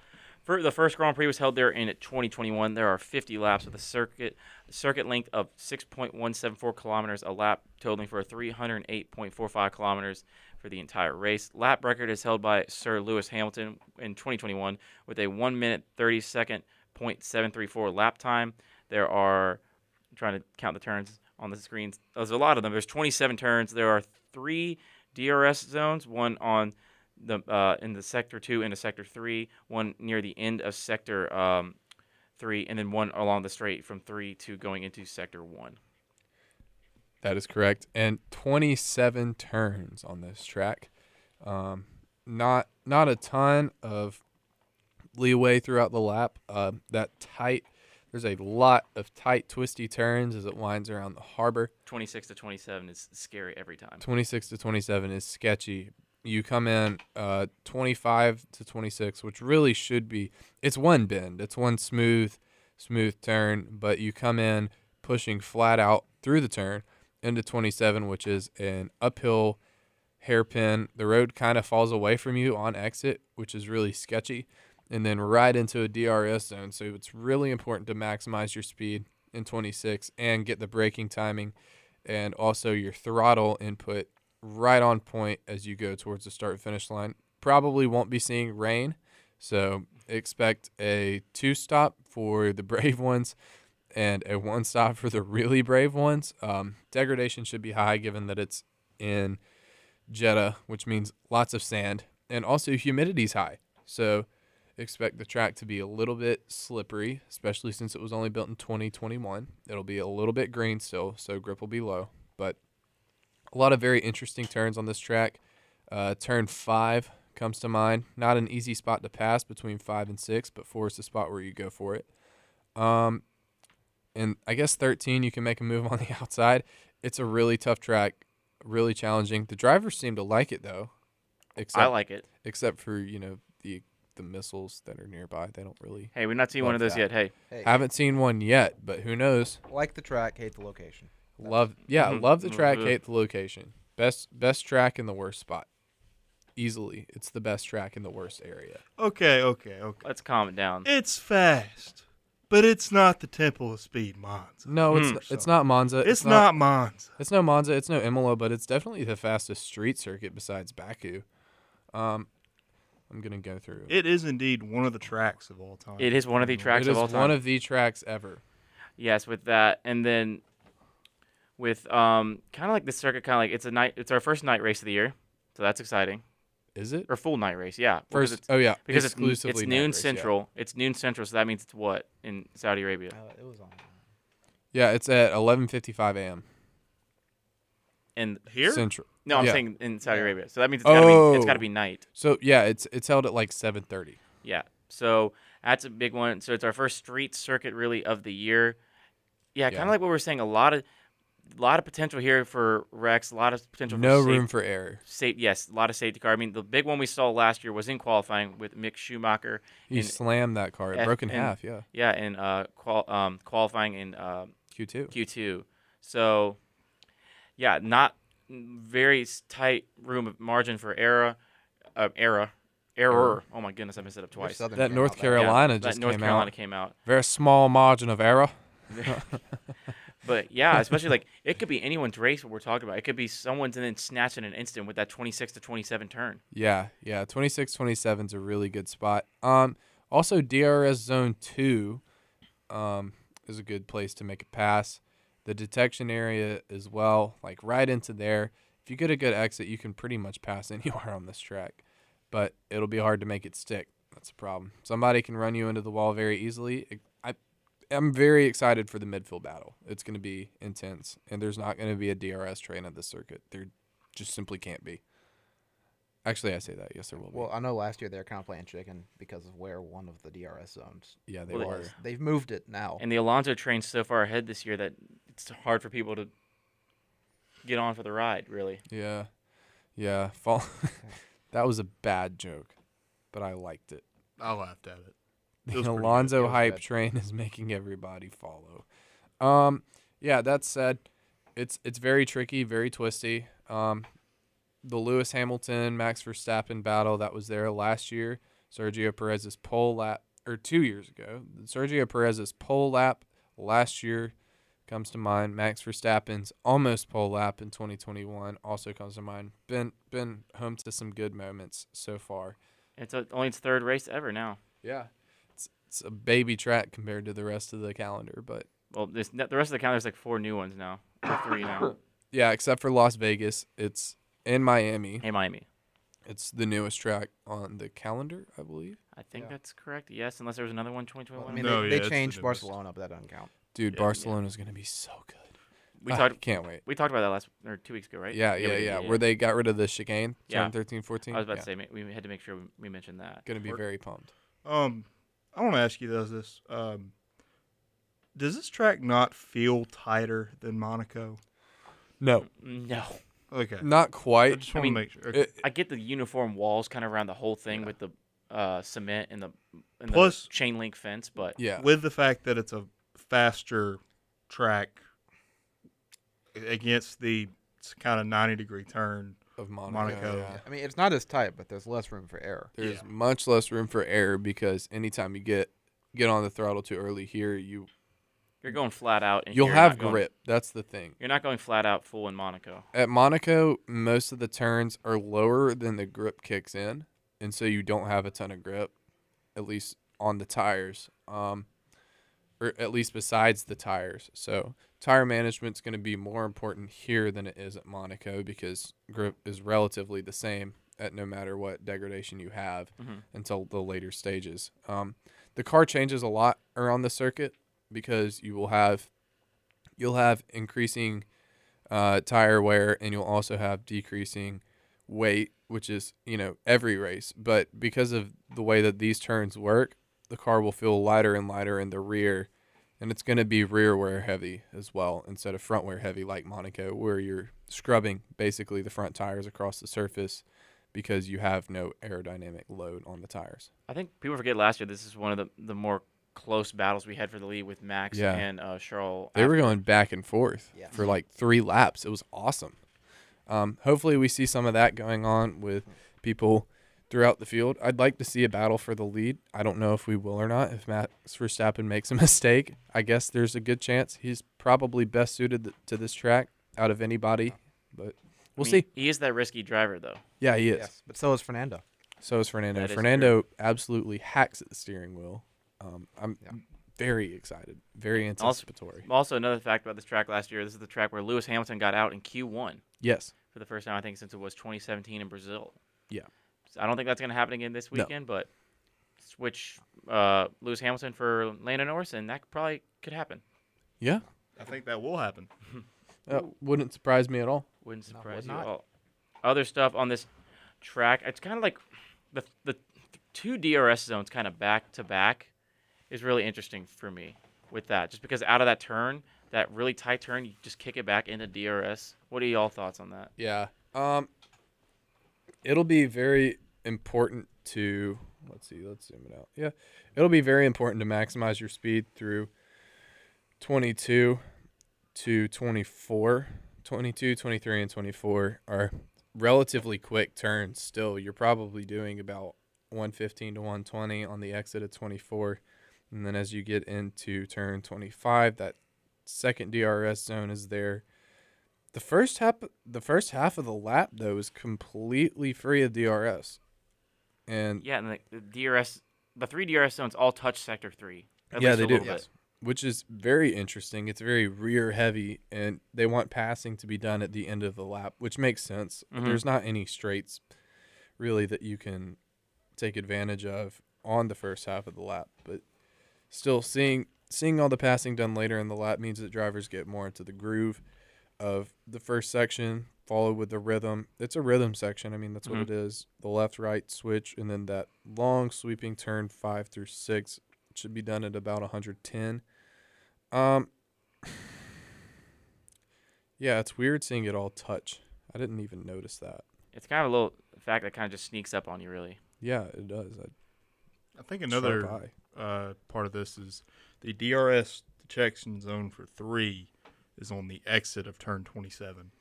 C: For the first Grand Prix was held there in 2021. There are 50 laps with a circuit circuit length of 6.174 kilometers a lap, totaling for 308.45 kilometers for the entire race. Lap record is held by Sir Lewis Hamilton in 2021 with a 1 minute 30 second .734 lap time. There are I'm trying to count the turns on the screens. There's a lot of them. There's 27 turns. There are three DRS zones, one on the uh, in the sector two into sector three, one near the end of sector um, three, and then one along the straight from three to going into sector one.
B: That is correct. And 27 turns on this track. Um, not not a ton of leeway throughout the lap. Uh, that tight. There's a lot of tight, twisty turns as it winds around the harbor.
C: 26 to 27 is scary every time.
B: 26 to 27 is sketchy. You come in uh, 25 to 26, which really should be it's one bend, it's one smooth, smooth turn, but you come in pushing flat out through the turn into 27, which is an uphill hairpin. The road kind of falls away from you on exit, which is really sketchy, and then right into a DRS zone. So it's really important to maximize your speed in 26 and get the braking timing and also your throttle input right on point as you go towards the start finish line. Probably won't be seeing rain, so expect a two stop for the *laughs* brave ones and a one stop for the really brave ones. Um, degradation should be high given that it's in Jeddah, which means lots of sand, and also humidity's high. So expect the track to be a little bit slippery, especially since it was only built in 2021. It'll be a little bit green still, so grip will be low, but a lot of very interesting turns on this track. Uh, turn five comes to mind. Not an easy spot to pass between five and six, but four is the spot where you go for it. Um, and I guess 13, you can make a move on *laughs* the outside. It's a really tough track, really challenging. The drivers seem to like it though, except
C: I like it.
B: except for you know the the missiles that are nearby. They don't really
C: Hey, we've not seen one of
B: Love
C: those
B: that.
C: yet. Hey,
E: Hey,
B: haven't seen one yet, but who knows?
E: like the track, hate the location.
B: Love yeah,
C: Mhm.
B: love the track,
C: Mhm.
B: hate the location. Best best track in the worst spot. Easily, it's the best track in the worst area.
D: okay, okay, okay.
C: let's calm it down.
D: It's fast, but it's not the temple of speed, Monza.
B: No, it's
C: Mm.
B: n- it's not Monza.
D: It's, not, Monza.
B: It's no Monza. It's no Imola, but it's definitely the fastest street circuit besides Baku. Um, I'm gonna go through.
D: It is indeed one of the tracks of all time.
C: It is one of the tracks
B: it is
C: of all time.
B: one of the tracks ever.
C: Yes, with that, and then with um, kind of like the circuit, kind of like it's a night. It's our first night race of the year, so that's exciting.
B: Is it
C: or full night race. Yeah, because
B: first?
C: it's,
B: oh yeah,
C: because it's, n-
B: exclusively
C: it's
B: night
C: noon
B: race, yeah.
C: central. It's noon central, so that means it's what in Saudi Arabia.
E: Uh, it was on.
B: Yeah, it's at 11:55 a.m.
C: And
D: Here?
B: Central.
C: no, I'm
B: Yeah.
C: saying in Saudi Arabia. So that means it's gotta be it's gotta
B: Oh.
C: be night.
B: So yeah, it's it's held at like 7:30.
C: Yeah. So that's a big one. So it's our first street circuit really of the year. Yeah, kind
B: Yeah.
C: of like what we were saying. A lot of, a lot of potential here for Rex. A lot of potential.
B: No
C: for safe-
B: room for error.
C: safe- yes, a lot of safety car. I mean, the big one we saw last year was in qualifying with Mick Schumacher.
B: He
C: in-
B: slammed that car. It
C: F-
B: broke in
C: and-
B: half. Yeah,
C: yeah, in uh, qual- um, qualifying in uh,
B: Q2.
C: Q2. So, yeah, not very s- tight room of margin for error, uh, error, error. Oh my goodness, I missed it up twice.
E: Southern
B: That
E: came
B: North
E: out
C: Yeah,
E: there.
B: Carolina
C: that
B: just
C: North
B: came
C: Carolina
B: out.
C: came out.
B: Very small margin of error. *laughs*
C: But yeah, especially like it could be anyone's race. What we're talking about, it could be someone's and then snatch in an instant with that 26 to 27 turn.
B: Yeah, yeah. 26 27 is a really good spot. Um, also, DRS zone two um, is a good place to make a pass. The detection area as well, like right into there. If you get a good exit, you can pretty much pass *laughs* anywhere on this track, but it'll be hard to make it stick. That's a problem. Somebody can run you into the wall very easily. I, I'm very excited for the midfield battle. It's going to be intense, and there's not going to be a DRS train at this circuit. There just simply can't be. Actually, I say that. Yes, there will be.
E: Well, I know last year they were kind of playing chicken because of where one of the DRS zones.
B: yeah, they
C: well,
B: are.
E: was. They've moved it now.
C: And the Alonso train's so far ahead this year that it's hard for people to get on for the ride. Really,
B: Yeah, yeah. Fall. *laughs* that was a bad joke, but I liked it.
D: I laughed at it. It
B: The
D: was pretty good.
B: Alonzo
E: It was
B: hype
E: good.
B: train is making everybody follow. Um, yeah. That said, it's it's very tricky, very twisty. Um, the Lewis Hamilton Max Verstappen battle that was there last year. Sergio Perez's pole lap, or two years ago, Sergio Perez's pole lap last year comes to mind. Max Verstappen's almost pole lap in 2021 also comes to mind. Been been home to some good moments so far.
C: it's uh only its third race ever now.
B: Yeah. It's, it's a baby track compared to the rest of the calendar, but
C: Well, this, the rest of the calendar's like four new ones now, or
B: *coughs*
C: three now.
B: yeah, except for Las Vegas, it's in Miami.
C: Hey, Miami.
B: It's the newest track on the calendar, I believe.
C: I think
E: Yeah.
C: that's correct. Yes, unless there was another one in 2021.
E: I mean,
D: No, yeah,
E: they,
D: it's
E: they
D: the
E: changed
D: newest.
E: Barcelona, but that doesn't count.
B: Dude,
D: Yeah.
B: Barcelona's going to be so good.
C: we
B: Ah,
C: talked
B: can't wait.
C: we talked about that last or two weeks ago, right?
B: Yeah,
C: we
B: yeah, yeah,
C: did,
B: Where they got rid of the chicane,
C: Yeah.
B: yeah. 13, 14.
C: I was about
B: yeah.
C: to say ma- we had to make sure we, we mentioned that.
B: Going to be
D: Or-
B: very pumped.
D: Um, I want to ask you guys this. Um, does this track not feel tighter than Monaco?
B: No,
C: No,
D: Okay.
B: not
D: I
B: quite.
D: just
C: Mm. I
D: want
C: mean,
D: to make sure. Okay.
B: It,
C: I get the uniform walls kind of around the whole thing with the uh, cement and the and
D: Plus-
C: the chain link fence, but
B: yeah.
D: With the fact that it's a faster track against the kind of 90 degree turn,
B: of Monaco.
D: Monaco.
B: yeah.
E: I mean, it's not as tight, but there's less room for error.
B: There's
D: Yeah.
B: much less room for error because anytime you get get on the throttle too early here, you
C: you're going flat out. And
B: you'll
C: you're
B: have
C: not going-
B: grip. That's the thing.
C: You're not going flat out full in Monaco.
B: At Monaco, most of the turns are lower than the grip kicks in, and so you don't have a ton of grip, at least on the tires, um, or at least besides the tires. So tire management's going to be more important here than it is at Monaco because grip is relatively the same at no matter what degradation you have
C: Mhm.
B: until the later stages. Um, the car changes a lot around the circuit because you will have you'll have increasing uh, tire wear and you'll also have decreasing weight, which is, you know, every race. But because of the way that these turns work, the car will feel lighter and lighter in the rear. And it's going to be rear wear heavy as well instead of front wear heavy like Monaco, where you're scrubbing basically the front tires across the surface because you have no aerodynamic load on the tires.
C: I think people forget last year. This is one of the the more close battles we had for the lead with Max
B: Yeah.
C: and uh, Charles.
B: They were going back and forth
E: Yeah.
B: for like three laps. It was awesome. Um, hopefully, we see some of that going on with people throughout the field. I'd like to see a battle for the lead. I don't know if we will or not. If Max Verstappen makes a *laughs* mistake, I guess there's a good chance he's probably best suited th- to this track out of anybody. But we'll
C: I mean,
B: see.
C: He is that risky driver though.
B: Yeah, he is.
E: Yes, but so is Fernando.
B: So is Fernando.
C: That is
B: Fernando absolutely hacks at the steering wheel. Um, I'm
E: Yeah.
B: very excited, very
C: Also-
B: anticipatory.
C: Also, another fact about this track last year. This is the track where Lewis Hamilton got out in Q1
B: Yes.
C: for the first time I think since it was 2017 in Brazil.
B: Yeah.
C: I don't think that's going to happen again this
B: No.
C: weekend, but switch uh, Lewis Hamilton for Lando Norris, and that probably could happen.
B: Yeah,
D: I think that will happen.
B: that wouldn't surprise me at all.
C: Wouldn't
E: No,
C: surprise
E: would
C: you
E: not.
C: at all. Other stuff on this track, it's kind of like the the two DRS zones kind of back to back is really interesting for me with that, just because out of that turn, that really tight turn, you just kick it back into DRS. What are y'all thoughts on that?
B: Yeah. Um it'll be very important to let's see, let's zoom it out. Yeah. It'll be very important to maximize your speed through 22 to 24. 22, 23 and 24 are relatively quick turns still. You're probably doing about 115 to 120 on the exit of 24. And then as you get into turn 25, that second DRS zone is there. The first half, the first half of the lap though is completely free of DRS, and
C: Yeah, and the, the DRS, the three DRS zones all touch sector three. At
B: yeah,
C: least
B: they
C: a
B: do,
C: little bit.
B: which is very interesting. It's very rear heavy, and they want passing to be done at the end of the lap, which makes sense.
C: Mhm.
B: There's not any straights really that you can take advantage of on the first half of the lap, but still seeing seeing all the passing done later in the lap means that drivers get more into the groove of the first section, followed with the rhythm. It's a rhythm section. I mean, that's
C: Mhm.
B: what it is. The left right switch, and then that long sweeping turn five through six should be done at about 110. Um, *sighs* yeah, it's weird seeing it all touch. I didn't even notice that.
C: It's kind of a little fact that kind of just sneaks up on you, really.
B: Yeah, it does. I,
D: I think another
B: sharp eye.
D: uh, part of this is the DRS detection zone for three is on the exit of turn 27,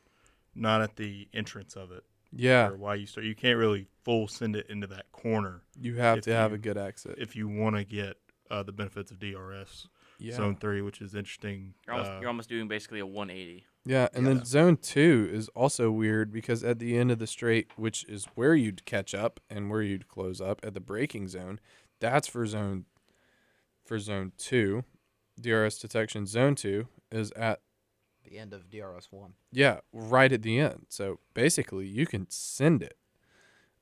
D: not at the entrance of it.
B: Yeah,
D: Or why you start. You can't really full send it into that corner
B: you have
D: if
B: to have
D: you-
B: a good exit.
D: if you want to get uh, the benefits of DRS
B: Yeah.
D: zone three, which is interesting.
C: You're almost,
D: uh,
C: you're almost doing basically a 180.
B: Yeah, and then zone two is also weird because at the end of the straight, which is where you'd catch up and where you'd close up at the braking zone, that's for zone for zone two. DRS detection zone two is at
E: The end of DRS one.
B: yeah, right at the end. So basically you can send it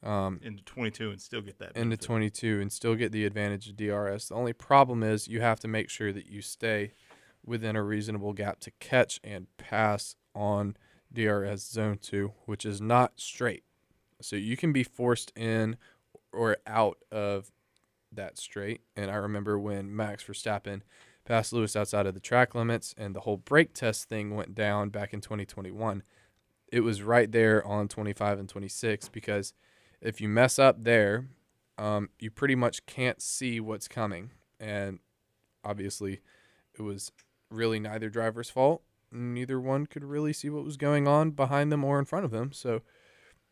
B: um
D: into 22 and still get that.
B: into
D: benefit.
B: twenty two and still get the advantage of DRS. The only problem is you have to make sure that you stay within a reasonable gap to catch and pass on DRS zone two, which is not straight. So you can be forced in or out of that straight. And I remember when Max Verstappen passed Lewis outside of the track limits and the whole brake test thing went down back in 2021. It was right there on 25 and 26 because if you mess up there, um, you pretty much can't see what's coming. And obviously, it was really neither driver's fault. Neither one could really see what was going on behind them or in front of them. So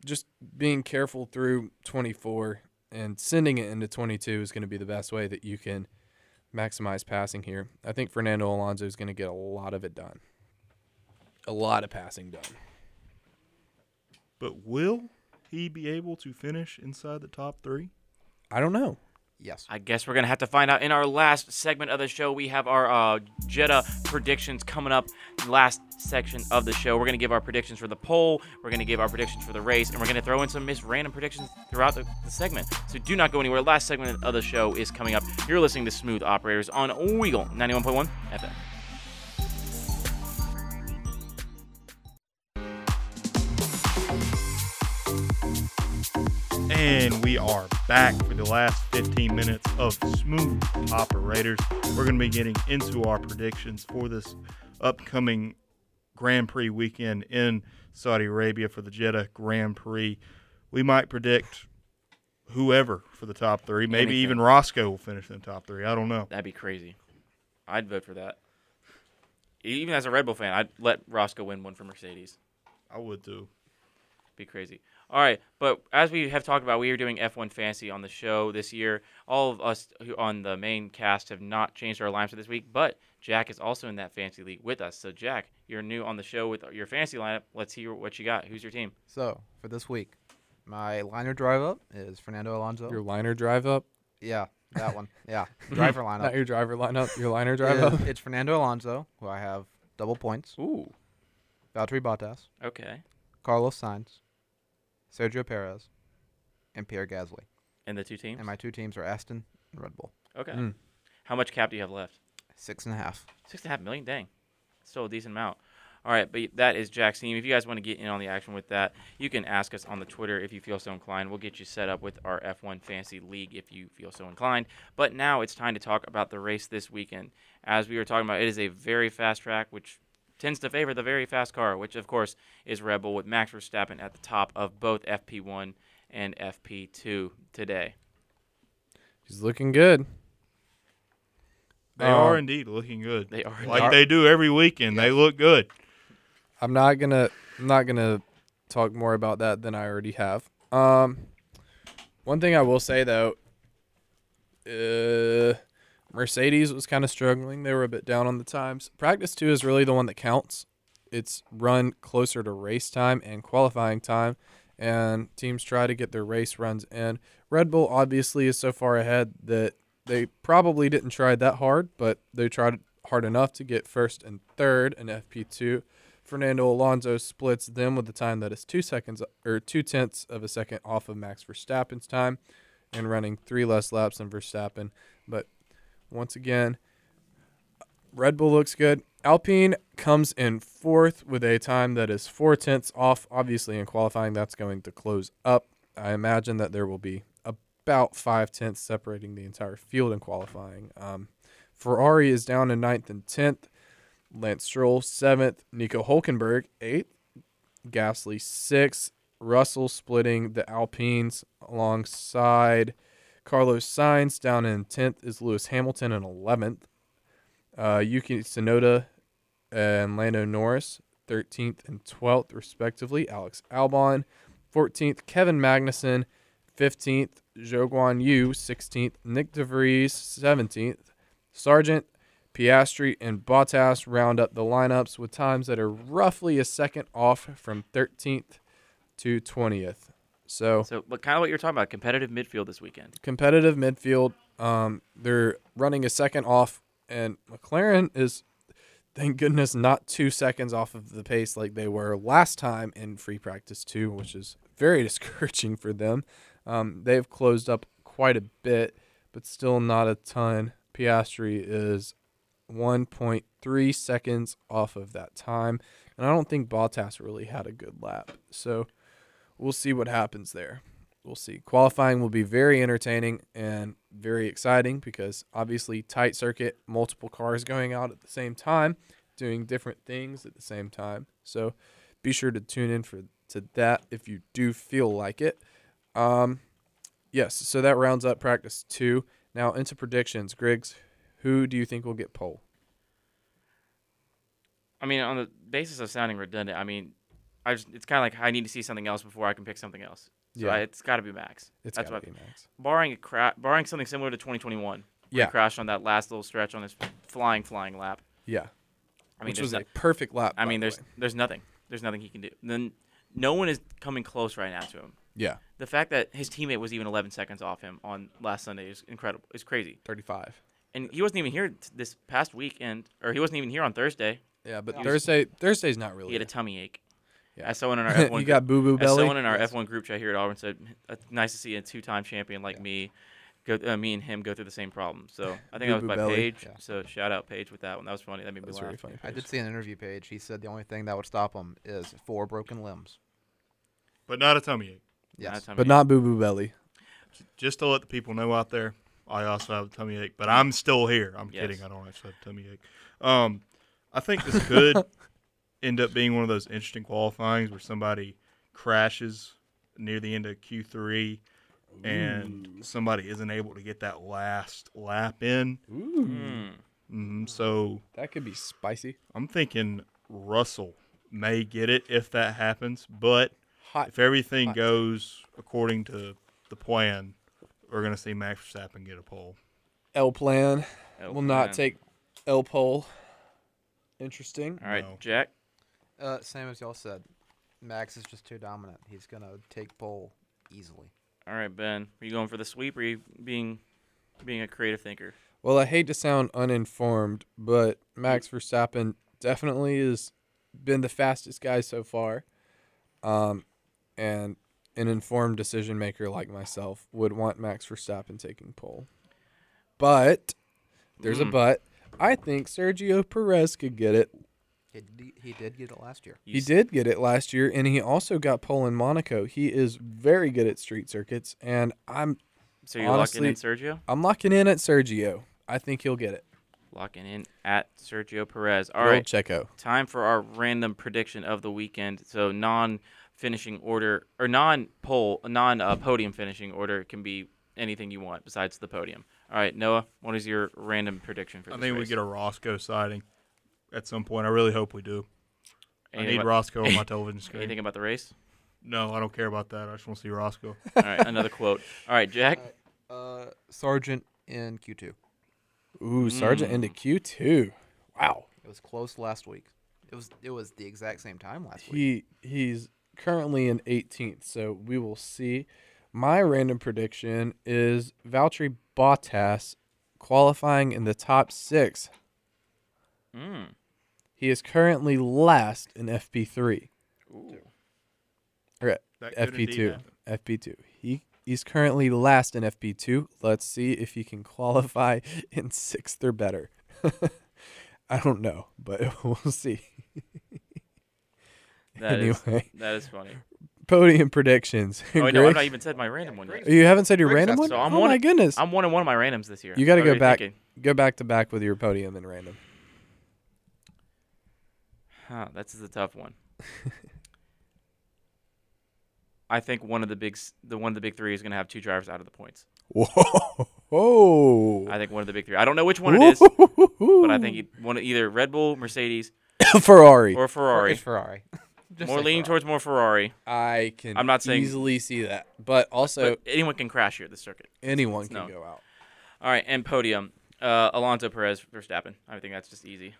B: just being careful through 24 and sending it into 22 is going to be the best way that you can maximize passing here. I think Fernando Alonso is going to get a lot of it done. A lot of passing done.
D: But will he be able to finish inside the top three?
B: I don't know.
E: Yes.
C: I guess we're gonna have to find out in our last segment of the show. We have our uh, Jetta predictions coming up. Last section of the show, we're gonna give our predictions for the poll. We're gonna give our predictions for the race, and we're gonna throw in some mis random predictions throughout the, the segment. So do not go anywhere. Last segment of the show is coming up. You're listening to Smooth Operators on Weagle 91.1 FM.
D: And we are back for the last 15 minutes of Smooth Operators. We're going to be getting into our predictions for this upcoming Grand Prix weekend in Saudi Arabia for the Jeddah Grand Prix. We might predict whoever for the top three. Maybe
C: Anything.
D: even Roscoe will finish in the top three. I don't know.
C: That'd be crazy. I'd vote for that. Even as a Red Bull fan, I'd let Roscoe win one for Mercedes.
D: I would too.
C: be crazy. All right, but as we have talked about, we are doing F1 Fantasy on the show this year. All of us who on the main cast have not changed our lineups for this week, but Jack is also in that fantasy league with us. So Jack, you're new on the show with your fantasy lineup. Let's hear what you got. Who's your team?
E: So for this week, my liner drive up is Fernando Alonso.
B: Your liner drive up,
E: Yeah,
B: *laughs*
E: that one. Yeah, driver lineup.
B: not your driver lineup, your liner drive up.
E: is- It's Fernando Alonso, who I have double points.
C: Ooh.
E: Valtteri Bottas,
C: Okay.
E: Carlos Sainz, Sergio Perez, and Pierre Gasly.
C: in the two teams?
E: And my two teams are Aston and Red Bull.
C: okay.
B: Mm.
C: How much cap do you have left?
E: Six and a half.
C: Six and a half million, dang. Still a decent amount. All right, but that is Jack's team. If you guys want to get in on the action with that, you can ask us on the Twitter if you feel so inclined. We'll get you set up with our F1 Fantasy League if you feel so inclined. But now it's time to talk about the race this weekend. As we were talking about, it is a very fast track, which tends to favor the very fast car, which of course is Red Bull with Max Verstappen at the top of both FP1 and FP2 today.
B: He's looking good.
D: They
B: Um,
D: are indeed looking good.
C: Uh, They are
D: like they do every weekend. They look good.
B: I'm not gonna I'm not gonna talk more about that than I already have. Um, one thing I will say though, uh, Mercedes was kind of struggling. They were a bit down on the times. Practice two is really the one that counts. It's run closer to race time and qualifying time, and teams try to get their race runs in. Red Bull obviously is so far ahead that they probably didn't try that hard, but they tried hard enough to get first and third in FP2. Fernando Alonso splits them with the time that is two seconds or two tenths of a second off of Max Verstappen's time and running three less laps than Verstappen. But once again, Red Bull looks good. Alpine comes in fourth with a time that is four tenths off. Obviously, in qualifying, that's going to close up. I imagine that there will be about five tenths separating the entire field in qualifying. Um, Ferrari is down in ninth and tenth. Lance Stroll seventh, Nico Hulkenberg eighth, Gasly sixth, Russell splitting the Alpines alongside Carlos Sainz down in tenth is Lewis Hamilton in eleventh, uh, Yuki Tsunoda and Lando Norris thirteenth and twelfth respectively, Alex Albon fourteenth, Kevin Magnussen fifteenth, Zhou Guan Yu sixteenth, Nick DeVries seventeenth, Sargent Piastri and Bottas round up the lineups with times that are roughly a second off from 13th to 20th. So
C: So, but kind of what you're talking about, competitive midfield this weekend.
B: competitive midfield. Um, they're running a second off, and McLaren is, thank goodness, not two seconds off of the pace like they were last time in free practice two, which is very *laughs* discouraging for them. Um, they've closed up quite a bit, but still not a ton. Piastri is 1.3 seconds off of that time, and I don't think Bottas really had a good lap. So we'll see what happens there we'll see. Qualifying will be very entertaining and very exciting because obviously tight circuit, multiple cars going out at the same time, doing different things at the same time. So be sure to tune in for to that if you do feel like it. Um, yes, so that rounds up practice two. Now into predictions, Griggs. Who do you think will get pole?
C: I mean, on the basis of sounding redundant, I mean, I just, it's kind of like I need to see something else before I can pick something else. So
B: Yeah.
C: I, it's got to be Max.
B: It's
C: That's
B: gotta
C: what-
B: be Max.
C: Barring a cra- barring something similar to 2021, where
B: Yeah.
C: he crashed on that last little stretch on his flying flying lap.
B: Yeah,
C: I mean,
B: which
C: there's
B: was
C: no-
B: a perfect lap.
C: I
B: by
C: mean,
B: the
C: there's
B: way.
C: there's nothing. There's nothing he can do. Then no one is coming close right now to him.
B: yeah,
C: The fact that his teammate was even 11 seconds off him on last Sunday is incredible. It's crazy.
B: thirty-five.
C: And he wasn't even here t- this past weekend, or he wasn't even here on Thursday.
B: Yeah, but
E: Yeah.
B: Thursday Thursday's not
C: He
B: really.
C: had a tummy ache.
B: Oh, Yeah. *laughs*
C: As someone in our F1
B: you
C: group-
B: got boo boo
C: As
B: belly.
C: someone in our F1 group chat here at Auburn said, "Uh, nice to see a two-time champion like me, go, uh, me and him go through the same problem. So I think that was
B: Boo-boo
C: by
B: belly.
C: Paige.
E: Yeah.
C: So shout out Paige with that one. That was funny. That made me
B: That's
C: laugh.
B: really funny.
E: I did see an interview page. He said the only thing that would stop him is four broken limbs.
D: But not a tummy ache.
C: Not a
E: Yes.
C: tummy
B: but
C: ache.
B: not Boo Boo Belly.
D: Just to let the people know out there, I also have a tummy ache, but I'm still here. I'm
C: Yes.
D: kidding. I don't actually have a tummy ache. Um, I think this could end up being one of those interesting qualifyings where somebody crashes near the end of Q3 and somebody isn't able to get that last lap in.
B: Ooh,
C: Mm.
D: Mhm, So
B: that could be spicy.
D: I'm thinking Russell may get it if that happens, but
B: Hot.
D: if everything
B: Hot.
D: goes according to the plan, we're going to see Max Verstappen get a pole.
B: L plan
C: Oh,
B: will not
C: man.
B: take L pole. Interesting.
C: All right,
D: No.
C: Jack.
E: Uh, same as y'all said. Max is just too dominant. He's gonna take pole easily.
C: All right, Ben. Are you going for the sweep or are you being being a creative thinker?
B: Well, I hate to sound uninformed, but Max Verstappen definitely has been the fastest guy so far. Um, and an informed decision maker like myself would want Max Verstappen taking pole. But there's a
C: Mm.
B: but. I think Sergio Perez could get it.
E: He, d- he did get it last year.
C: You
B: He
C: s-
B: did get it last year, and he also got pole in Monaco. He is very good at street circuits, and I'm
C: So you're locking in
B: honestly-
C: Sergio?
B: I'm locking in at Sergio. I think he'll get it.
C: Locking in at Sergio Perez. All
B: Good
C: right.
B: old Checo.
C: time for our random prediction of the weekend. So non finishing order or non pole, non uh, podium finishing order can be anything you want besides the podium. All right, Noah, what is your random prediction for
D: I
C: this?
D: think we
C: race?
D: get a Roscoe sighting at some point. I really hope we do. I
C: anything
D: need
C: about, *laughs*
D: Roscoe on my television screen.
C: Anything about the race?
D: No, I don't care about that. I just want to see
C: *laughs*
D: Roscoe.
C: All right, another quote. All
B: *laughs*
C: right, Jack.
E: Uh, Sargent in Q2.
B: Ooh, Sergeant
C: Mm.
B: into Q two. Wow.
E: It was close last week. It was it was the exact same time last week.
B: He he's currently in 18th, so we will see. My random prediction is Valtteri Bottas qualifying in the top six.
C: Mm.
B: He is currently last in FP3
C: Ooh.
B: or
D: That could indeed
B: FP2.
D: happen.
B: FP2. He he's currently last in FP2. Let's see if he can qualify *laughs* in sixth or better. *laughs* I don't know, but *laughs* we'll see.
C: That is-
B: anyway, *laughs*
C: that is funny.
B: podium predictions.
C: Oh, wait, no, I've
B: Greg?
C: not even said my random one yet.
B: You haven't said your
E: Rick's
B: random
E: up,
B: one?
C: so I'm
B: oh my
C: one-
B: goodness.
C: I'm one in one of my randoms this year.
B: You gotta
C: What are
B: go back-
C: thinking?
B: Go back to back with your podium and random. *laughs*
C: Huh, that's the tough one. *laughs* I think one of the big, s- the one of the big three is going to have two drivers out of the points.
B: Whoa.
C: I think one of the big three. I don't know which one it is, but I think it- one either Red Bull, Mercedes,
B: *laughs* Ferrari.
C: or Ferrari.
E: It's Ferrari. *laughs* Just
C: More
E: say
C: leaning
E: Ferrari.
C: towards more Ferrari.
B: I can
C: I'm not saying-
B: easily see that. But also
C: but anyone can crash here at this circuit.
B: anyone can
C: no.
B: go out.
C: All right, and podium. Uh, Alonso Perez Verstappen. I think that's just easy.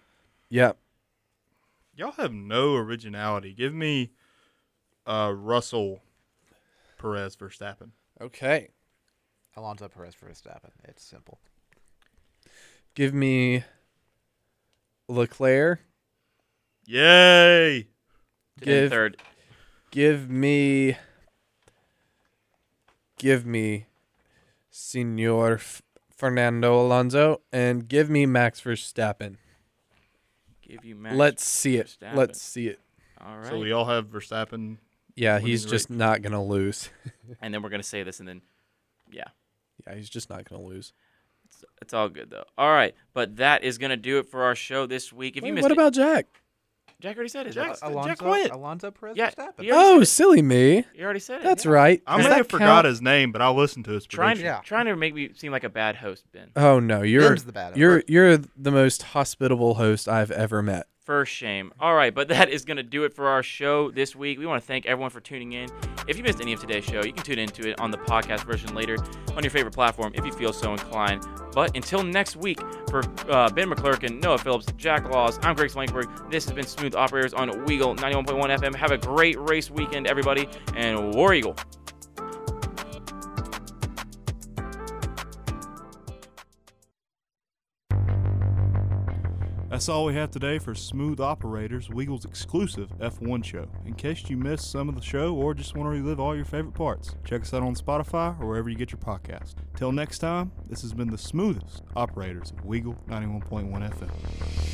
B: Yeah.
D: Y'all have no originality. Give me uh, Russell Perez Verstappen.
B: Okay.
E: Alonso Perez for Verstappen. It's simple.
B: Give me Leclerc.
D: Yay!
C: And
B: Give-
C: third.
B: Give me Give me Senor F- Fernando Alonso and give me Max Verstappen.
C: Give you Max.
B: Let's see it.
C: Verstappen.
B: Let's see it.
C: All right.
D: So we all have Verstappen.
B: Yeah,
D: Winning
B: he's
D: the
B: just not going to lose. *laughs*
C: and then we're gonna say this, and then
B: Yeah, he's just not going to lose.
C: it's, it's all good though. All right, but that is gonna do it for our show this week. If you
B: Wait,
C: missed
B: what
C: it,
B: about Jack?
C: Jack already said it.
D: Jack-
E: Al-
D: Jack
E: Alonso,
D: Wyatt.
E: Alonso Perez
C: Yeah,
E: Verstappen.
C: he already
B: Oh,
C: said
B: silly me.
C: it. You already said it.
B: That's
C: yeah.
B: right.
D: I
B: Does
D: may have
B: that
D: forgot
B: count?
D: his name, but I'll listen to his
C: Trying,
D: prediction.
E: Yeah.
C: trying to make me seem like a bad host, Ben.
B: Oh no, you're
E: Ben's the bad host.
B: you're you're the most hospitable host I've ever met.
C: For shame. All right, but *laughs* that is going to do it for our show this week. We want to thank everyone for tuning in. If you missed any of today's show, you can tune into it on the podcast version later on your favorite platform if you feel so inclined. But until next week, for uh, Ben McClurkin, Noah Phillips, Jack Laws, I'm Greg Slankberg. This has been Smooth Operators on Weagle 91.1 FM. Have a great race weekend, everybody, and War Eagle.
F: That's all we have today for Smooth Operators, Weagle's exclusive F1 show. In case you missed some of the show or just want to relive all your favorite parts, check us out on Spotify or wherever you get your podcast. Till next time, this has been the smoothest Operators of Weagle 91.1 FM.